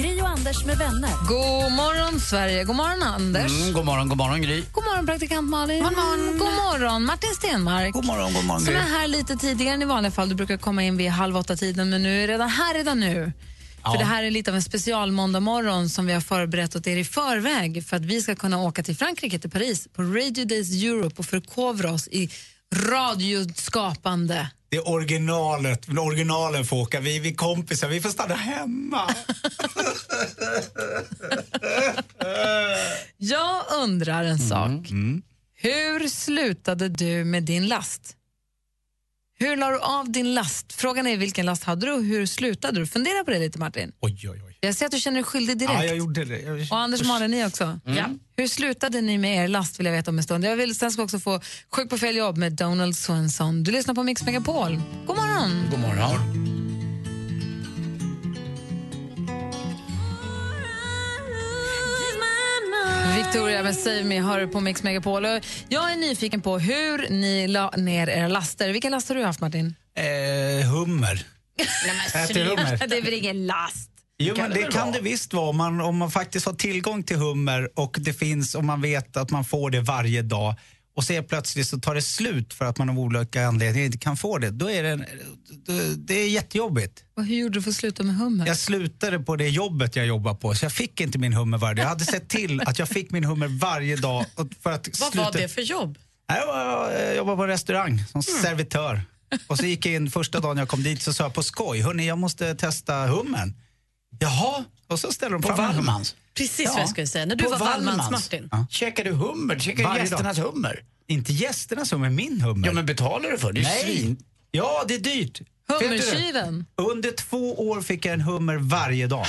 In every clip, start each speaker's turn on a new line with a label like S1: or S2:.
S1: Gri och Anders med vänner.
S2: God morgon, Sverige. God morgon, Anders.
S3: Mm, god morgon, god morgon Gry.
S2: God morgon, praktikant Malin. God morgon, god morgon Martin Stenmark.
S3: God morgon, god morgon
S2: Som
S3: Gry.
S2: är här lite tidigare än i vanliga fall. Du brukar komma in vid halv åtta-tiden, men nu är redan här redan nu. För Det här är lite av en special måndag morgon som vi har förberett åt er i förväg för att vi ska kunna åka till Frankrike, till Paris, på Radio Days Europe och förkovra oss i radioskapande.
S3: Det är originalet, originalen får åka. Vi, vi är kompisar, vi får stanna hemma.
S2: Jag undrar
S3: Mm,
S2: en sak. Hur slutade du med din last? Hur la du av din last? Frågan är vilken last hade du och hur slutade du? Fundera på det lite Martin.
S3: Oj, oj, oj.
S2: Jag ser att du känner dig skyldig direkt.
S3: Ja, jag gjorde Mm. det. Jag...
S2: Och Anders och Malin, ni också. Ja. Hur slutade ni med er last vill jag veta om en stund. Jag vill sen ska också få Sjuk på fel jobb med Donald Swenson. Du lyssnar på Mix Megapol. God morgon!
S3: God morgon.
S2: Victoria med Save Me hör på Mix Megapol. Och Jag är nyfiken på hur ni la ner era laster. Vilken last har du haft Martin?
S3: Eh, hummer. Äter hummer?
S2: Det är väl ingen last?
S3: Jo, men det kan det visst vara om man, om man faktiskt har tillgång till hummer och det finns och man vet att man får det varje dag och så är plötsligt så tar det slut för att man av olika anledningar inte kan få det. Då är det, en, det- det är jättejobbigt.
S2: Och hur gjorde du för att sluta med hummer?
S3: Jag slutade på det jobbet jag jobbar på så jag fick inte min hummer varje dag. Jag hade sett till att jag fick min hummer varje dag. och För att
S4: Vad var det Mm. för jobb?
S3: Nej, Jag, var, jag jobbade på en restaurang som servitör. Och så gick jag in första dagen jag kom dit så sa jag på skoj, hörni jag måste testa hummen. Jaha, och så ställer de fram en hummer.
S4: Precis vad jag skulle säga. När du
S3: På
S4: var
S3: Wallmans.
S4: Wallmans-Martin.
S3: Ja.
S5: Käkar du hummer? Käkar du
S3: Varje
S5: gästernas hummer?
S3: Inte gästernas hummer, min hummer.
S5: Ja, men betalar du för det? Det är ju
S3: Nej!
S5: svin.
S3: Ja, det är dyrt. Vet du det?
S2: Hummerkyven?
S3: Under två år fick jag en hummer varje dag.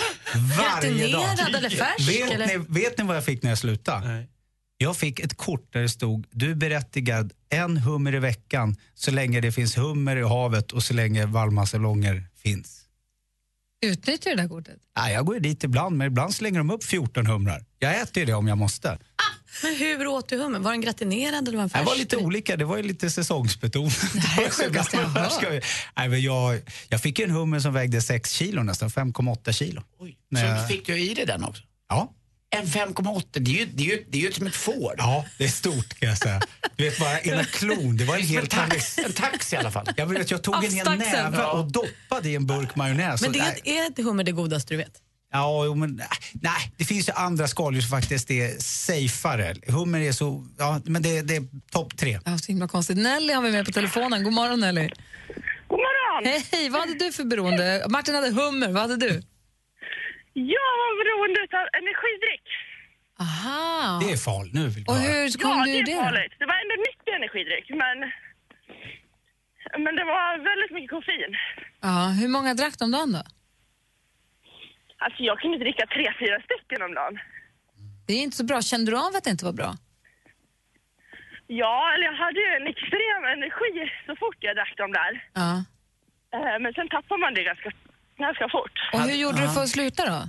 S3: Varje dag.
S4: Gratinerad eller färsk?
S3: Vet
S4: eller?
S3: ni, vet ni vad jag fick när jag slutade?
S5: Nej.
S3: Jag fick ett kort där det stod du är berättigad en hummer i veckan så länge det finns hummer i havet och så länge Valmasalonger finns.
S2: Utnyttjar du det där kortet?
S3: Ja, jag går ju dit ibland, men ibland slänger de upp 14 humrar. Jag äter ju det om jag måste.
S4: Men hur åt du hummer? Var den gratinerad eller var den
S3: Det
S4: färsk?
S3: var lite olika, det var ju lite säsongsbetonat. Det
S2: här är sjukaste jag hört.
S3: Nej, men jag, jag fick ju en hummer som vägde 6 kilo nästan, 5,8 kilo.
S5: Oj.
S3: Nej.
S5: Så fick du i dig den också?
S3: Ja.
S5: En 5,8, det är ju, det är ju, det är ju som ett får.
S3: ja, det är stort kan jag säga. Du vet bara ena klon, det var en
S5: Som
S3: hel
S5: en, tax,
S3: tax.
S5: en tax i alla fall.
S3: Jag, vet, jag tog en hel
S4: Avstaxen.
S3: näve och doppade i en burk majonnäs.
S4: Men
S3: Och-
S4: det
S3: nej.
S4: är, är inte hummer det godaste du vet?
S3: Ja, jo, men äh, nej, det finns ju andra skaldjur som faktiskt är safeare. Hummer är så, ja, men det, det är topp tre.
S2: Ja, så himla konstigt. Nelly har vi med på telefonen. God morgon Nelly.
S6: God morgon!
S2: Hej, vad hade du för beroende? Martin hade hummer, vad hade du?
S6: Jag var beroende av energidryck.
S2: Aha.
S3: Det är fal, nu vill jag
S2: Och
S3: höra.
S2: hur kom
S6: Ja,
S2: du
S6: det
S2: ur
S6: är
S2: det?
S6: farligt. Det var ändå mycket energidryck, men... Men det var väldigt mycket koffein.
S2: Ja, hur många drack du om dagen då?
S6: Alltså jag kunde dricka tre, fyra stycken om dagen.
S2: Det är inte så bra. Kände du av att det inte var bra?
S6: Ja, eller jag hade ju en extrem energi så fort jag drack dem där.
S2: Ja.
S6: Eh, Men sen tappar man det ganska, ganska fort.
S2: Och hur gjorde du för att sluta då?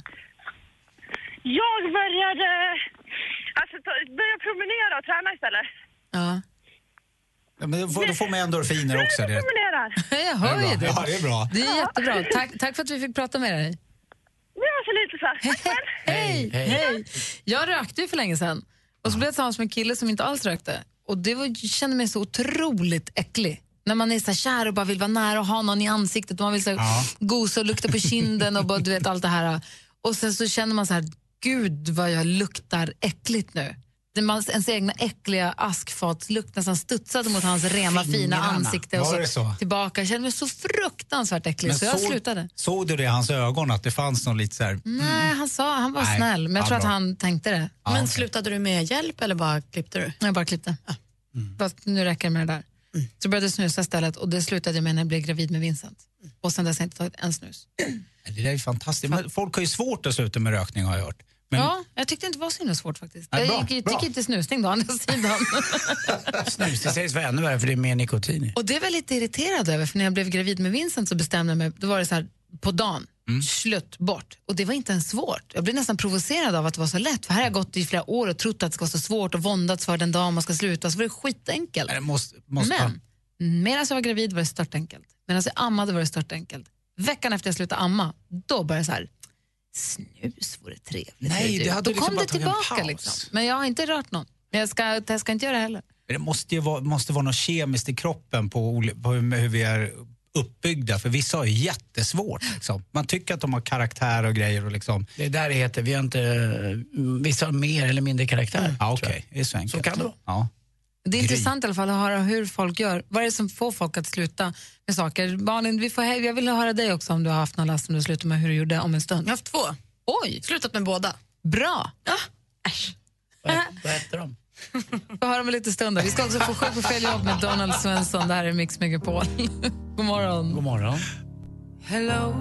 S6: Jag började... Alltså, ta- började promenera och träna istället.
S2: Ja.
S3: Ja, men då, får, då får man endorfiner också. Det. är-
S6: Promenerar.
S2: Jag hör ju
S3: Ja,
S2: det.
S3: det är bra.
S2: Det är jättebra. Tack, tack för att vi fick prata med dig.
S6: Det var så lite så här.
S2: Hej!
S5: hej.
S2: Hej! Jag rökte ju för länge sedan och så blev jag tillsammans med en kille som inte alls rökte. Och det var, jag kände mig så otroligt äcklig. När man är så här kär och bara vill vara nära och ha någon i ansiktet och man vill så här
S3: Ja.
S2: gosa och lukta på kinden och bara, du vet allt det här. Och sen så känner man så här, gud vad jag luktar äckligt nu. Det man, ens egna äckliga askfatslukt nästan studsade mot hans rena fina
S3: Fingrarna.
S2: ansikte och
S3: Var
S2: så,
S3: det så?
S2: tillbaka. Jag kände mig så fruktansvärt äcklig så jag
S3: såg-
S2: slutade. Mm,
S3: Såg du det i hans ögon, att det fanns någon lite så här...
S2: Nej, han sa, han var
S3: Nej,
S2: snäll men jag
S3: ja,
S2: tror att
S3: bra.
S2: han tänkte det.
S3: Ja,
S4: men
S3: okej.
S4: slutade du med hjälp eller bara klippte du?
S2: Jag bara klippte.
S3: Ah. Mm.
S2: Fast nu räcker det med det där. Så började jag snusa istället och det slutade jag med när jag blev gravid med Vincent.
S3: Mm.
S2: Och sen dess har jag inte tagit en snus.
S3: Det där är fantastiskt. Men folk har ju svårt att sluta med rökning har jag hört. Men-
S2: Ja, jag tyckte inte det var så himla svårt faktiskt.
S3: Nej,
S2: jag
S3: bra,
S2: gick, jag
S3: bra.
S2: tycker inte snusning då, å andra sidan.
S5: Snus, det sägs vara ännu värre för det är mer nikotin i.
S2: Och det var jag lite irriterad över, för när jag blev gravid med Vincent så bestämde jag mig, då var det så här på dagen,
S3: Mm.
S2: slut, bort. Och det var inte ens svårt. Jag blev nästan provocerad av att det var så lätt, för här har jag gått i flera år och trott att det ska vara så svårt och våndats för den dag man ska sluta, så var det skitenkelt.
S3: Nej, det måste, måste
S2: Men medan jag var gravid var det störtenkelt. Medan jag ammade var det störtenkelt. Veckan efter jag slutade amma, då började jag så här, snus vore trevligt.
S3: Nej, det hade
S2: då
S3: du liksom
S2: kom
S3: bara
S2: det
S3: tagit en
S2: tillbaka.
S3: paus.
S2: Liksom. Men jag har inte rört någon. Men jag ska, jag ska inte göra det heller.
S3: Det måste ju vara, måste vara något kemiskt i kroppen på, oli- på hur hur vi är uppbyggda. För vissa har ju jättesvårt. Liksom. Man tycker att de har karaktär och grejer. Och liksom.
S5: Det är där det heter, vi har inte, vissa har mer eller mindre karaktär.
S3: Ja,
S5: tror
S3: okej.
S5: jag.
S3: Det är så enkelt.
S5: kan det vara.
S3: Ja.
S2: Det är intressant i alla fall att höra hur folk gör. Vad är det som får folk att sluta med saker? Malin, vi får, jag vill höra dig också om du har haft någon last som du slutar med hur du gjorde om en stund.
S4: Jag har haft två.
S2: Oj,
S4: Slutat med båda.
S2: bra!
S5: Vad, vad heter de?
S2: Vi får höra om en liten stund. då. Vi ska också få sjuk på fel jobb med Donald Svensson. Det här är Mix Megapol. God morgon.
S5: God morgon.
S2: Hello.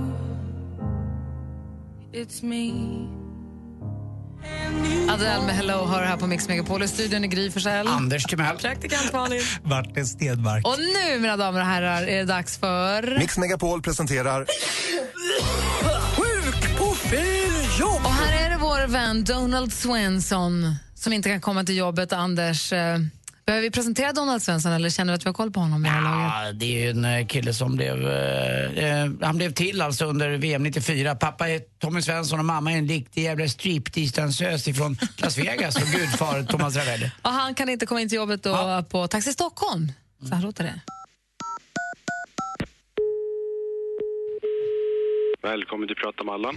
S2: It's me. Adele med Hello har det här på Mix Megapol. I studion är Gry Forssell.
S5: Anders Timell.
S4: Praktikant Malin.
S3: Martin Stenmark.
S2: Och nu, mina damer och herrar, är det dags för...
S7: Mix Megapol presenterar
S2: Och här är det vår vän Donald Svensson som inte kan komma till jobbet. Anders, eh, behöver vi presentera Donald Svensson eller känner du att vi har koll på honom? i det här laget?
S5: Ja, Ah, det är ju en eh, kille som blev, eh, eh, han blev till alltså under VM 94. Pappa är Tommy Svensson och mamma är en riktig jävla striptease-dansös ifrån Las Vegas och gudfar Thomas Ravelli.
S2: Och han kan inte komma in till jobbet då på Taxi Stockholm. Så här låter det.
S8: Välkommen till Prata med Allan.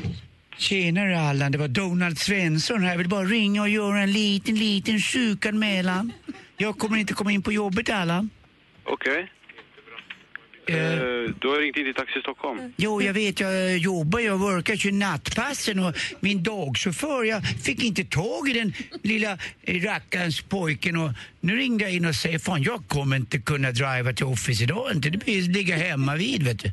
S5: Tjenare Allan, det var Donald Svensson här. Jag vill bara ringa och göra en liten, liten sjukanmälan. Jag kommer inte komma in på jobbet Allan.
S8: Okej.
S5: Eh,
S8: Eh, Du har ringt in till Taxi Stockholm.
S5: Jo, jag vet, jag jobbar, jag workar ju nattpassen och min dagchaufför, jag fick inte tag i den lilla rackarns pojken och nu ringde jag in och säger fan jag kommer inte kunna driva till office idag inte, det blir ligga hemma vid vet du.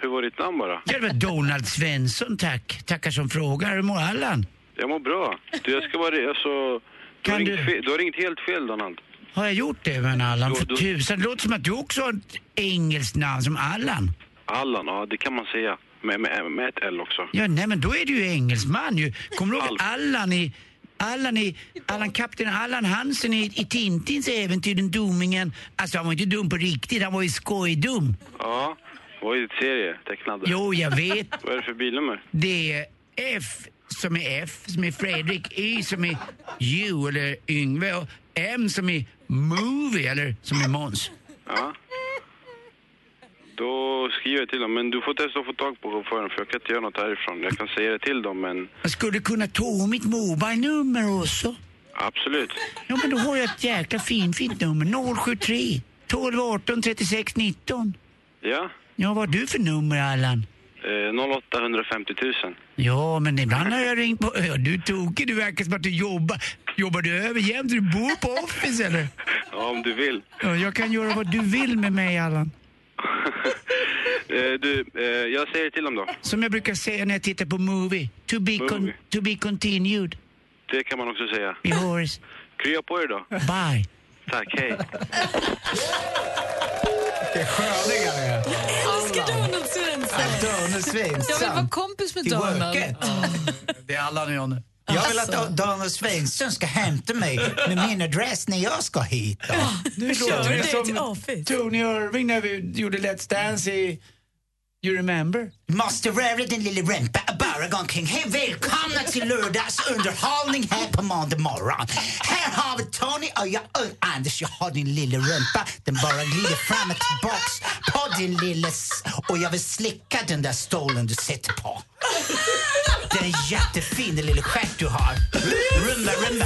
S8: Hur var ditt namn bara?
S5: Ja, det var Donald Svensson tack, tackar som frågar, hur mår Allan?
S8: Jag mår bra. Du, jag ska bara... Alltså, du,
S5: Kan
S8: har ringt
S5: du-
S8: Fel, du har ringt helt fel, Donald.
S5: Har jag gjort det men Allan,
S8: Jo,
S5: för
S8: du-
S5: tusan, det låter som att du också har ett engelskt namn som Allan.
S8: Allan, ja det kan man säga. Med, med, med ett L också.
S5: Ja, nej men då är du ju engelsman ju. Kommer du ihåg
S8: Alf.
S5: Allan i... Allan i... Allan, kapten Allan Hansen i, i Tintins äventyr, den domingen. Alltså han var inte dum på riktigt, han var ju skojdum.
S8: Ja. Vad är ditt serie? Tecknade?
S5: Jo, jag vet.
S8: Vad är det för bilnummer?
S5: Det är F som är F, som är Fredrik, Y som är Ju eller Yngve och M som är Movie eller som är Måns.
S8: Ja. Då skriver jag till dem, men du får testa att få tag på chauffören för jag kan inte göra något härifrån. Jag kan säga det till dem, men
S5: Jag skulle kunna ta mitt mobile-nummer också.
S8: absolut.
S5: Ja, men då har jag ett jäkla finfint nummer. 073 12 18 36 19.
S8: Ja.
S5: Ja, vad har du för nummer, Allan?
S8: Eh, 08 150 000.
S5: Ja, men ibland har jag ringt på... Ja, du är tokig, du verkar som att du jobbar. Jobbar du över jämt? Du bor på Office, eller?
S8: Ja, om du vill.
S5: Ja, jag kan göra vad du vill med mig, Allan.
S8: eh, du, eh, jag säger till dem då.
S5: Som jag brukar säga när jag tittar på movie. To be, con-
S8: Movie.
S5: to be continued.
S8: Det kan man också säga.
S5: Vi hörs.
S8: Krya på er då.
S5: Bye.
S8: Tack, hej.
S4: Älskar Donald Svensson.
S3: Dönesvin.
S2: Jag vill vara kompis med Donald.
S5: Det är Allan och jag nu.
S3: Jag vill att Daniel Svensson ska hämta mig med min adress när jag ska hit.
S5: Nu
S4: Gör det till Office.
S5: Tony Irving när vi gjorde Let's Dance i... You remember?
S3: Måste röra din lille rumpa bara gå omkring. Hej, välkomna till lördagsunderhållning här på måndag morgon. Här har vi Tony och jag och Anders. Jag har din lilla rumpa. Den bara glider fram och tillbaks på din lilla... s- Och jag vill slicka den där stolen du sitter på. Den är jättefin, den lilla stjärt du har. Rumba, rumba.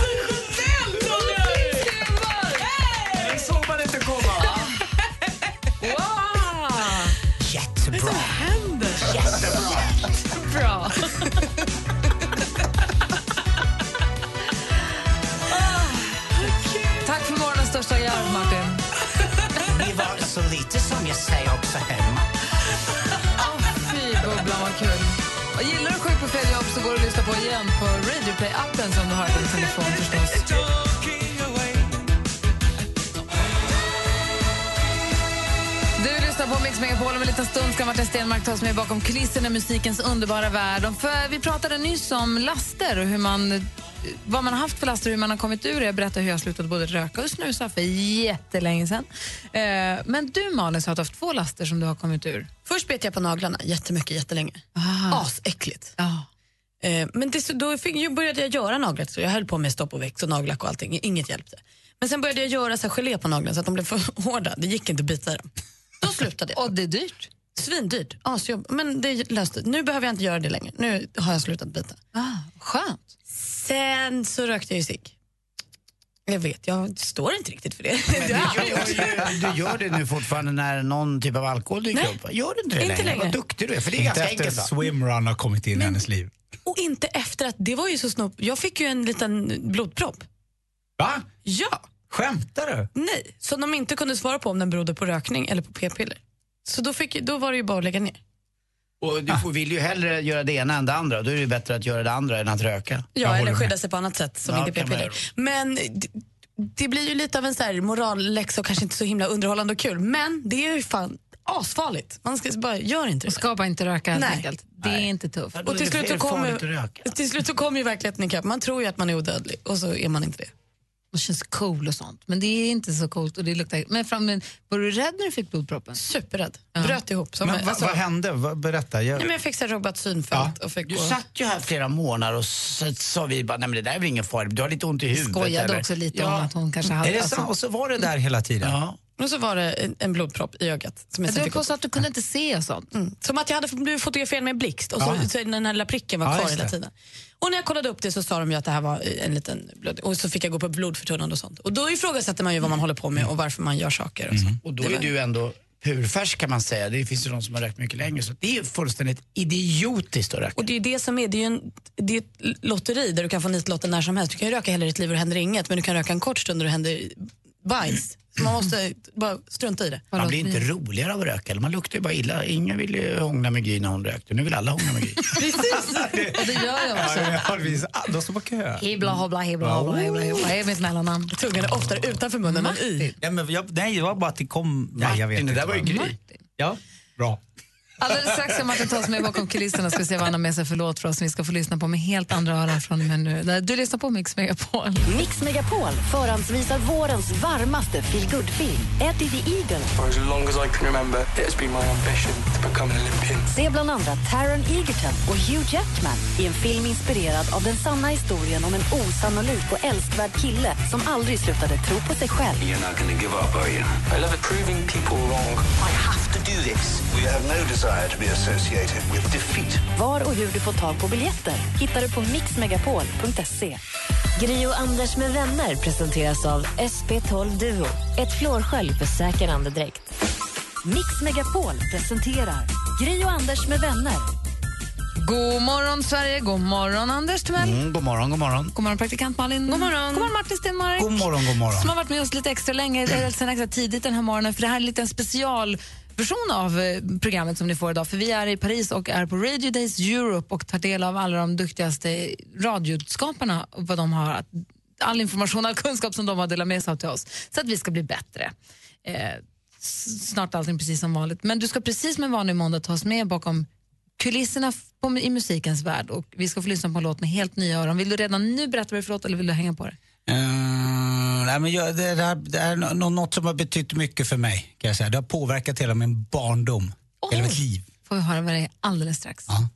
S3: Den såg man inte komma. Jättebra.
S2: Bra. Tack för morgonens största garv, Martin.
S3: Ni var så lite som jag säger också hemma.
S2: Fy bubblan, vad kul. Och gillar du Sjuk på fel jobb så går du att lyssna på igen på Radio Viaplay-appen som du har på din telefon förstås. Du lyssnar på Mix Megapol. Om en liten stund ska Martin Stenmark ta oss med bakom kulisserna i musikens underbara värld. Och För vi pratade nyss om laster och hur man, vad man har haft för laster och hur man har kommit ur det. Jag berättade hur jag slutade både röka och snusa för jättelänge sedan. Eh, Men du, Malin, så har du haft två laster som du har kommit ur.
S4: Först bet jag på naglarna jättemycket, jättelänge.
S2: Ah.
S4: Asäckligt. Eh, Men det, så- då fick, jag började jag göra naglet så jag höll på med stopp och väx och nagellack och allting. Inget hjälpte. Men sen började jag göra så här gelé på naglarna så att de blev för hårda. Det gick inte att bita i dem. Då slutade jag.
S2: Och det är dyrt.
S4: Svindyrt. Asjobb. Men det löste Nu behöver jag inte göra det längre. Nu har jag slutat bita.
S2: Skönt.
S4: Sen så rökte jag ju cigg. Jag vet, jag står inte riktigt för det. det har jag aldrig gjort.
S5: Du gör det nu fortfarande när någon typ av alkohol dyker
S4: Nej.
S5: upp? va? Gör du inte det
S4: Inte längre.
S5: Vad duktig du är, för det är
S3: Inte
S5: ganska
S3: efter
S5: enkelt. va?
S3: swimrun har kommit in i hennes liv.
S4: Och inte efter att, det var ju så snopp. Jag fick ju en liten blodpropp.
S3: Va?
S4: Ja,
S3: Skämtar du?
S4: nej. Som de inte kunde svara på om den berodde på rökning eller på p-piller. Så då, fick, då var det ju bara att lägga ner.
S5: Och du får, vill ju hellre göra det ena än det andra. Då är det ju bättre att göra det andra än att röka.
S4: Ja, eller skydda sig på annat sätt som
S5: Ja,
S4: inte är
S5: kan man
S4: p-piller. Men det, det blir ju lite av en så här moralläxa och kanske inte så himla underhållande och kul. Men det är ju fan asfarligt. Man ska bara, gör inte det.
S2: Ska bara inte röka helt
S4: Nej.
S2: enkelt. Det är inte tufft.
S4: Och till slut, så kommer, till slut så kommer ju verkligheten ikapp. Man tror ju att man är odödlig och så är man inte det.
S2: och känns cool och sånt. Men det är inte så coolt. Och det luktar... men, fram, men var du rädd när du fick blodproppen?
S4: Superrädd. Bröt ihop. Som,
S3: Men,
S4: en-
S3: vad-
S4: alltså,
S3: vad hände? Vad- Berätta. Jag...
S4: nej, men jag fick så här rubbat synfält. Och fick
S5: Du
S4: gå.
S5: satt ju här flera månader och så sa vi bara, nej men det där är väl ingen fara, du har lite ont i huvudet.
S2: Skojade
S5: eller?"
S2: också lite
S5: ja.
S2: om att hon kanske
S3: Är
S2: hade... alltså-
S3: det sant? Och så var det där hela tiden?
S5: Ja.
S4: Och så var det en, en blodpropp i ögat. Som, jag sen
S2: du
S4: fick upp.
S2: påstår att du kunde inte se och sånt.
S4: som att jag hade blivit fotograferad med blixt och så, så den här lilla pricken var
S3: Ja,
S4: kvar
S3: just
S4: hela
S3: det.
S4: tiden. Och när jag kollade upp det så sa de ju att det här var en liten blod... Och så fick jag gå på blodförtunnande och sånt. Och då ifrågasätter man ju vad man håller på med och varför man gör saker. Och så.
S5: Och då är du ändå purfärsk kan man säga. Det finns ju de som har rökt mycket längre. Så det är ju fullständigt idiotiskt att röka.
S4: Och det är ju det som är, det är ju en, det är ett lotteri där du kan få nitlotten när som helst. Du kan ju röka hela ditt liv och det händer inget, men du kan röka en kort stund och det händer bajs. Så man måste bara strunta i det.
S5: Man blir
S2: Förlåt,
S5: inte roligare av att röka. Eller man luktar ju bara illa. Ingen ville ju hångla med Gry när hon rökte. Nu vill alla hångla med Gry.
S2: Precis! och det gör jag också.
S3: Ja, det finns- ah, De som var kö.
S2: Hibla hobbla hibla hobbla hibla hibla. Det är mitt mellannamn.
S4: Tungan är oftare utanför munnen än i.
S3: Nej, men jag, nej, det var bara att det kom... Nej, jag vet
S5: Martin, det
S3: inte
S5: där var ju
S3: vad-
S5: Gry.
S3: Ja, bra.
S2: Alldeles strax ska Martin ta oss med bakom kulisserna ska vi se vad han har med sig för låt för oss som vi ska få lyssna på med helt andra öron från och med nu. Du lyssnar på Mix Megapol.
S1: Mix Megapol förhandsvisar vårens varmaste feelgood-film, Eddie the Eagle.
S7: For as long as I can remember, it has been my ambition to become an Olympian.
S1: Se bland andra Taron Egerton och Hugh Jackman i en film inspirerad av den sanna historien om en osannolik och älskvärd kille som aldrig slutade tro på sig själv.
S7: You're not going to give up, are you? I love proving people wrong.
S1: Var och hur du får tag på biljetter hittar du på mixmegapol.se. Gri och Anders med vänner presenteras av SP12 Duo. Ett flårskölj för säker andedräkt. Mix Megapol presenterar Gri och Anders med vänner.
S2: God morgon Sverige, god morgon Anders Timell.
S5: Mm, god morgon, god morgon.
S2: God morgon praktikant Malin. God morgon, god morgon Martin Stenmark.
S3: God morgon, god morgon.
S2: som har varit med oss lite extra länge, eller sen extra tidigt den här morgonen, för det här är en liten specialversion av eh, programmet som ni får idag. För vi är i Paris och är på Radio Days Europe och tar del av alla de duktigaste radioskaparna och vad de har, att- all information, all kunskap som de har delat med sig av till oss, så att vi ska bli bättre. Eh, s- snart allting precis som vanligt. Men du ska precis som en vanlig måndag ta oss med bakom kulisserna f- på, i musikens värld och vi ska få lyssna på en låt med helt nya öron. Vill du redan nu berätta vad det är för låt eller vill du hänga på det?
S3: Mm, nej, men jag, det, det, här, det här är nå- något som har betytt mycket för mig. Kan jag säga. Det har påverkat hela min barndom, hela mitt liv.
S2: får vi höra vad det är alldeles strax.
S3: Ja.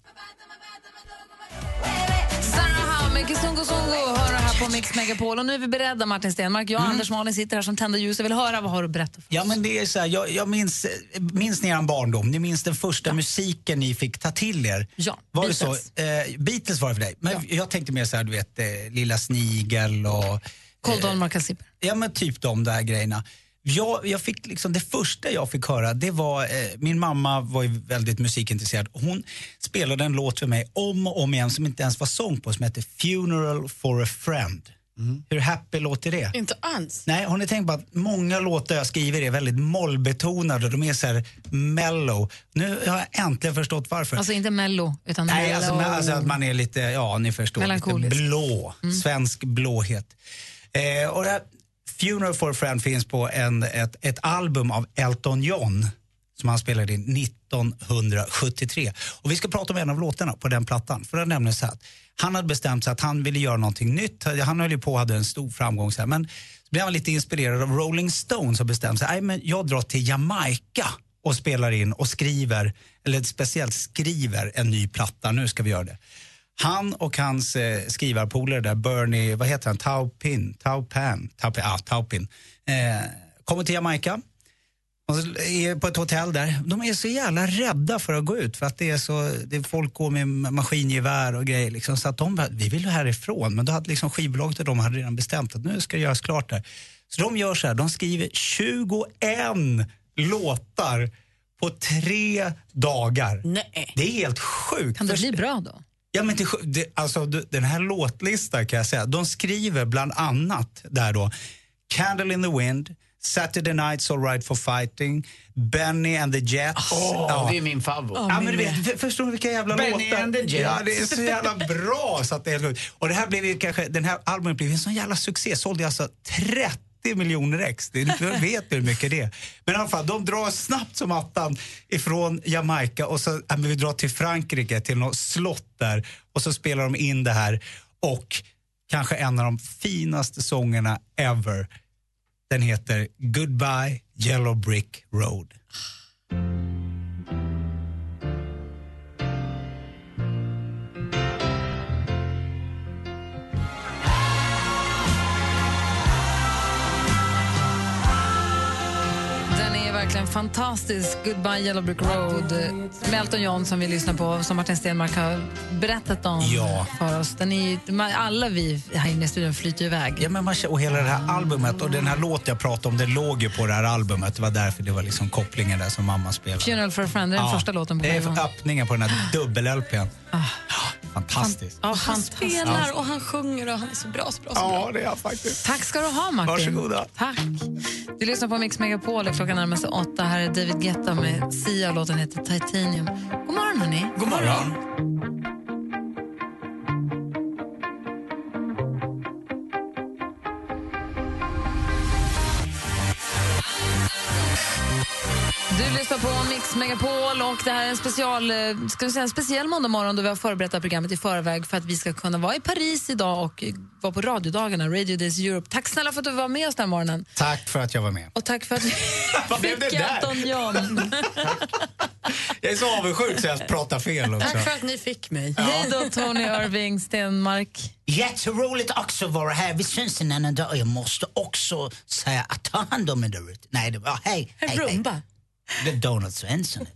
S2: Sarah Hammerk, Sungo Sungo, hör du här på Mix Megapol. Och nu är vi beredda, Martin Stenmark.
S3: Mm.
S2: Jag och Anders Malin sitter här som tända ljus. Jag vill höra vad har du berättat för
S3: Ja, men det är så här, jag, jag minns, minns ni er barndom? Ni minns den första musiken ni fick ta till er?
S2: Ja,
S3: var det så?
S2: Beatles.
S3: Eh, Beatles var det för dig. Men jag tänkte mer så här, du vet, eh, Lilla Snigel och... Eh.
S2: Koldolmar och Kalsipper.
S3: Ja men typ de där grejerna. Jag, jag fick liksom, det första jag fick höra, det var, eh, min mamma var ju väldigt musikintresserad. Hon spelade en låt för mig om och om igen som inte ens var sång på, som hette Funeral for a friend. Hur happy låter det?
S4: Inte alls.
S3: Nej, har ni tänkt på att många låtar jag skriver är väldigt mollbetonade, de är så här mellow. Nu har jag äntligen förstått varför.
S2: Alltså inte mello, utan
S3: Nej, alltså,
S2: mello.
S3: men, alltså att man är lite, ja ni förstår, lite
S2: Melankolisk.
S3: blå. Svensk blåhet. Eh, och det här, Funeral for a Friend finns på en, ett, ett album av Elton John som han spelade in 1973. Och vi ska prata om en av låtarna på den plattan. För det är nämligen så här att han hade bestämt sig att han ville göra någonting nytt. Han höll ju på och hade en stor framgång. Så här, men så blev han lite inspirerad av Rolling Stones och bestämde sig, nej men jag drar till Jamaica och spelar in och skriver, eller speciellt skriver en ny platta. Nu ska vi göra det. Han och hans eh, skrivarpolare där, Bernie, vad heter han, Taupin, Taupan, Taupin, ah, Taupin eh, kommer till Jamaica och så är på ett hotell där. De är så jävla rädda för att gå ut för att det är så, det är folk går med maskingevär och grejer liksom. Så att de bara, vi vill ju härifrån. Men då hade liksom skivbolaget och de hade redan bestämt att nu ska det göras klart där. Så de gör så här, de skriver 21 låtar på tre dagar.
S4: Nej.
S3: Det är helt sjukt.
S2: Kan det bli bra då?
S3: Ja, men till, sj- det, alltså, du- den här låtlistan kan jag säga, de skriver bland annat där då Candle in the wind, Saturday Night's Alright for fighting, Benny and the Jets.
S9: Åh,
S3: Ja.
S9: det är min favorit.
S3: ja, men du vet, för- förstår du vilka jävla
S9: Benny
S3: låtar?
S9: and the Jets.
S3: Ja, det är så jävla bra så att det är helt sjukt. Och det här blev ju kanske, den här albumet blev en sån jävla succé, sålde alltså 30 miljoner ex. Det, du vet hur mycket det är. Men i alla fall, de drar snabbt som attan ifrån Jamaica och så, ja, men vi drar till Frankrike, till något slott där och så spelar de in det här och kanske en av de finaste sångerna ever. Den heter Goodbye Yellow Brick Road.
S2: Den är verkligen fantastisk. Goodbye Yellow Brick Road. Med Elton John som vi lyssnar på, som Martin Stenmark har berättat om
S3: Ja.
S2: för oss. Den är, ju- man- alla vi här inne i studion flyter ju iväg.
S3: Ja, men man, och hela det här albumet och den här låten jag pratade om, den låg ju på det här albumet. Det var därför det var liksom kopplingen där som mamma spelade.
S2: Funeral for a friend, det är den första låten på Ah.
S3: Det
S2: skivan.
S3: är öppningen på den här dubbel-LPn. Fantastiskt.
S2: Ja,
S4: Han
S2: fantastiskt.
S4: spelar och han sjunger och han är så bra, så bra, så bra.
S3: Ja, det är han faktiskt.
S2: Tack ska du ha, Martin.
S3: Varsågoda.
S2: Tack. Du lyssnar på Mix Megapol och klockan närmar sig åtta. Här är David Guetta med Sia. Låten heter Titanium. God morgon, hörni.
S3: God morgon.
S2: Du lyssnar på Mix Megapol och det här är en special, eh, ska vi säga, en speciell måndag morgon då vi har förberett det här programmet i förväg för att vi ska kunna vara i Paris idag och eh, vara på radiodagarna, Radio Days Europe. Tack snälla för att du var med oss den här morgonen.
S3: Tack för att jag var med.
S2: Och tack för att vi
S3: Vad blev det
S2: fick
S3: där?
S2: Elton John.
S3: Jag är så avundsjuk så jag pratar fel också.
S4: Tack för att ni fick mig.
S2: Hej då Tony Irving Stenmark.
S10: Jätteroligt också att vara här. Vi syns en annan dag. Jag måste också säga att ta hand om er där ute. Nej, det var hej, hej, hej.
S4: Rumba.
S10: Det är Donald Svensson.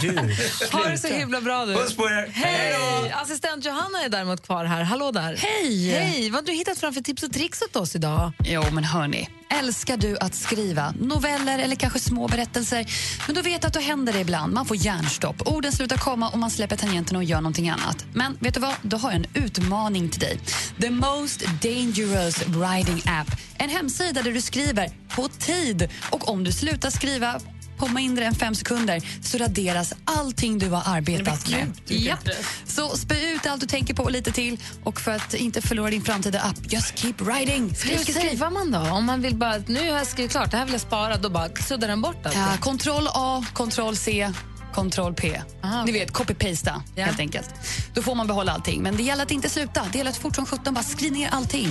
S10: Du.
S2: Ha det så himla bra du.
S10: Puss på er.
S2: Hej då. Assistent Johanna är däremot kvar här. Hallå där.
S11: Hej.
S2: Hej. Vad har du hittat fram för tips och tricks åt oss idag?
S11: Jo, men hörni. Älskar du att skriva noveller eller kanske små berättelser? Men då vet du att då händer det ibland. Man får hjärnstopp, orden slutar komma och man släpper tangenterna och gör någonting annat. Men vet du vad? Då har jag en utmaning till dig. The Most Dangerous Writing App. En hemsida där du skriver på tid och om du slutar skriva på mindre än fem sekunder så raderas allting du har arbetat
S4: Nej, men
S11: med.
S4: gud, vilken
S11: Japp. Så spy ut allt du tänker på och lite till. Och för att inte förlora din framtida app, just keep writing. Skriv,
S2: Hur
S11: skriv, skriv.
S2: savear man då? Om man vill bara, att nu har jag skrivit klart, det här vill jag spara, då bara suddar den bort allt.
S11: Ja, kontroll A, kontroll C, kontroll P. Ni vet, copy-pasta helt enkelt. Då får man behålla allting. Men det gäller att inte sluta. Det gäller att fort som sjutton bara skriv ner allting.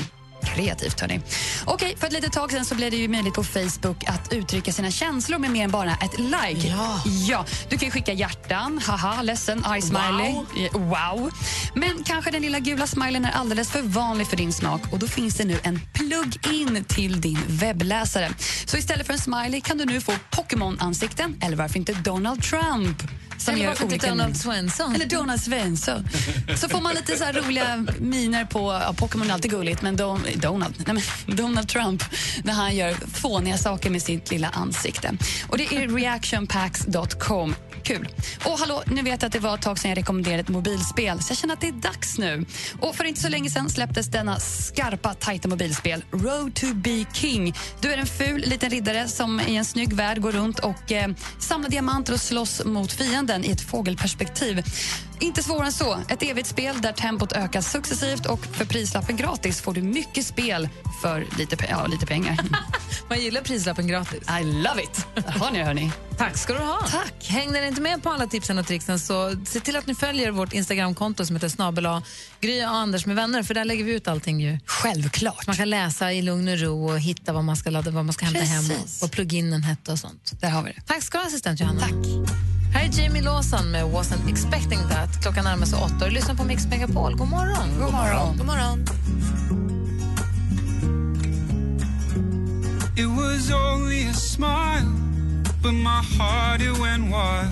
S11: Kreativt, hörni. Okej, för ett litet tag sen så blev det ju möjligt på Facebook att uttrycka sina känslor med mer än bara ett like. Ja. Du kan ju skicka hjärtan, haha, ledsen, eye smiley.
S12: Wow.
S11: Eh, Wow. Men kanske den lilla gula smileyn är alldeles för vanlig för din smak och då finns det nu en plug-in till din webbläsare. Så istället för en smiley kan du nu få Pokémon-ansikten eller varför inte Donald Trump?
S2: Eller
S11: gör
S2: varför inte
S11: olika
S2: Donald
S11: min-
S2: Svensson?
S11: Eller Donald Svensson. Så får man lite så här roliga miner på... Ja, Pokémon är alltid gulligt, men Don, Donald, nej men Donald Trump när han gör fåniga saker med sitt lilla ansikte. Och Det är reactionpacks.com. kul. Och hallå, nu vet jag att det var ett tag sedan jag rekommenderade ett mobilspel så jag känner att det är dags nu. Och för inte så länge sedan släpptes denna skarpa, tajta mobilspel Road to be king. Du är en ful liten riddare som i en snygg värld går runt och eh, samlar diamanter och slåss mot fienden i ett fågelperspektiv. Inte svårare än så. Ett evigt spel där tempot ökar successivt och för prislappen gratis får du mycket spel för lite, pe- ja, lite pengar.
S2: Man gillar prislappen gratis.
S11: I love it! Där har ni det, hörni.
S2: Tack ska du ha. Tack. Hängde ni inte med på alla tipsen och tricksen så se till att ni följer vårt Instagramkonto som heter snabel Gry och Anders med vänner, för där lägger vi ut allting ju.
S11: Självklart.
S2: Man kan läsa i lugn och ro och hitta vad man ska ladda, vad man ska hämta hem och
S11: Precis.
S2: vad pluginen hette och sånt.
S11: Där har vi det.
S2: Tack ska du ha, assistent Johanna. Tack. Här är Jamie Lawson med Wasn't expecting that. Klockan närmar sig åtta och lyssna på Mix Megapol. God morgon.
S11: God morgon.
S4: God morgon.
S9: It was only a smile, but my heart it went wild.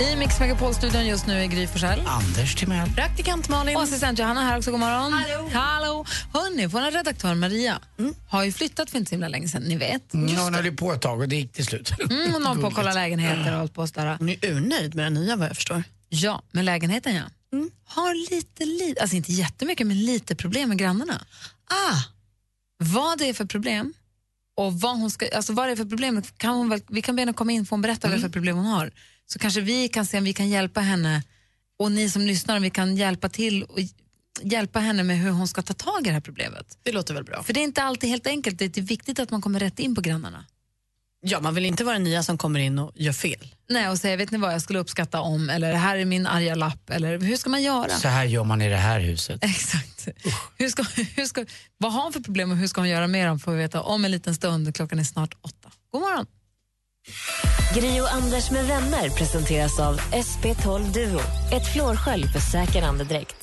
S2: I Mix Megapol-studion just nu är Gry Forssell.
S10: Anders Timell.
S2: Praktikant Malin. Och assistent Johanna här också. God morgon. Hallå. Mm. Hallå. Hörni, vår redaktör Maria har ju flyttat för inte så himla länge sedan, ni vet.
S12: Mm, hon höll ju på ett tag och det gick till slut.
S2: Mm, hon har på att kolla lägenheter och hållit på och sådär.
S4: Hon är urnöjd med den nya vad jag förstår.
S2: Ja, men lägenheten ja. Har lite, lite, alltså inte jättemycket, men lite problem med grannarna. Ah. Vad det är för problem och vad hon ska, alltså vad det är för problem, kan hon väl, vi kan be henne komma in och få berätta vad det är för problem hon har. Så kanske vi kan se om vi kan hjälpa henne och ni som lyssnar om vi kan hjälpa till och hj- hjälpa henne med hur hon ska ta tag i det här problemet.
S4: Det låter väl bra.
S2: För det är inte alltid helt enkelt, det är viktigt att man kommer rätt in på grannarna.
S4: Ja, man vill inte vara den nya som kommer in och gör fel.
S2: Nej, och säga vet ni vad jag skulle uppskatta om, eller här är min arga lapp, eller hur ska man göra?
S12: Så här gör man i det här huset.
S2: Exakt. Hur ska, hur ska, vad har hon för problem och hur ska hon göra med dem får vi veta om en liten stund. Klockan är snart åtta. God morgon.
S1: Gri och Anders med vänner presenteras av SP12 Duo. Ett flårskölj för säker andedräkt.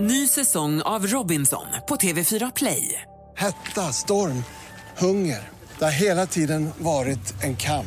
S13: Ny säsong av Robinson på TV4 Play.
S14: Hetta, storm, hunger. Det har hela tiden varit en kamp.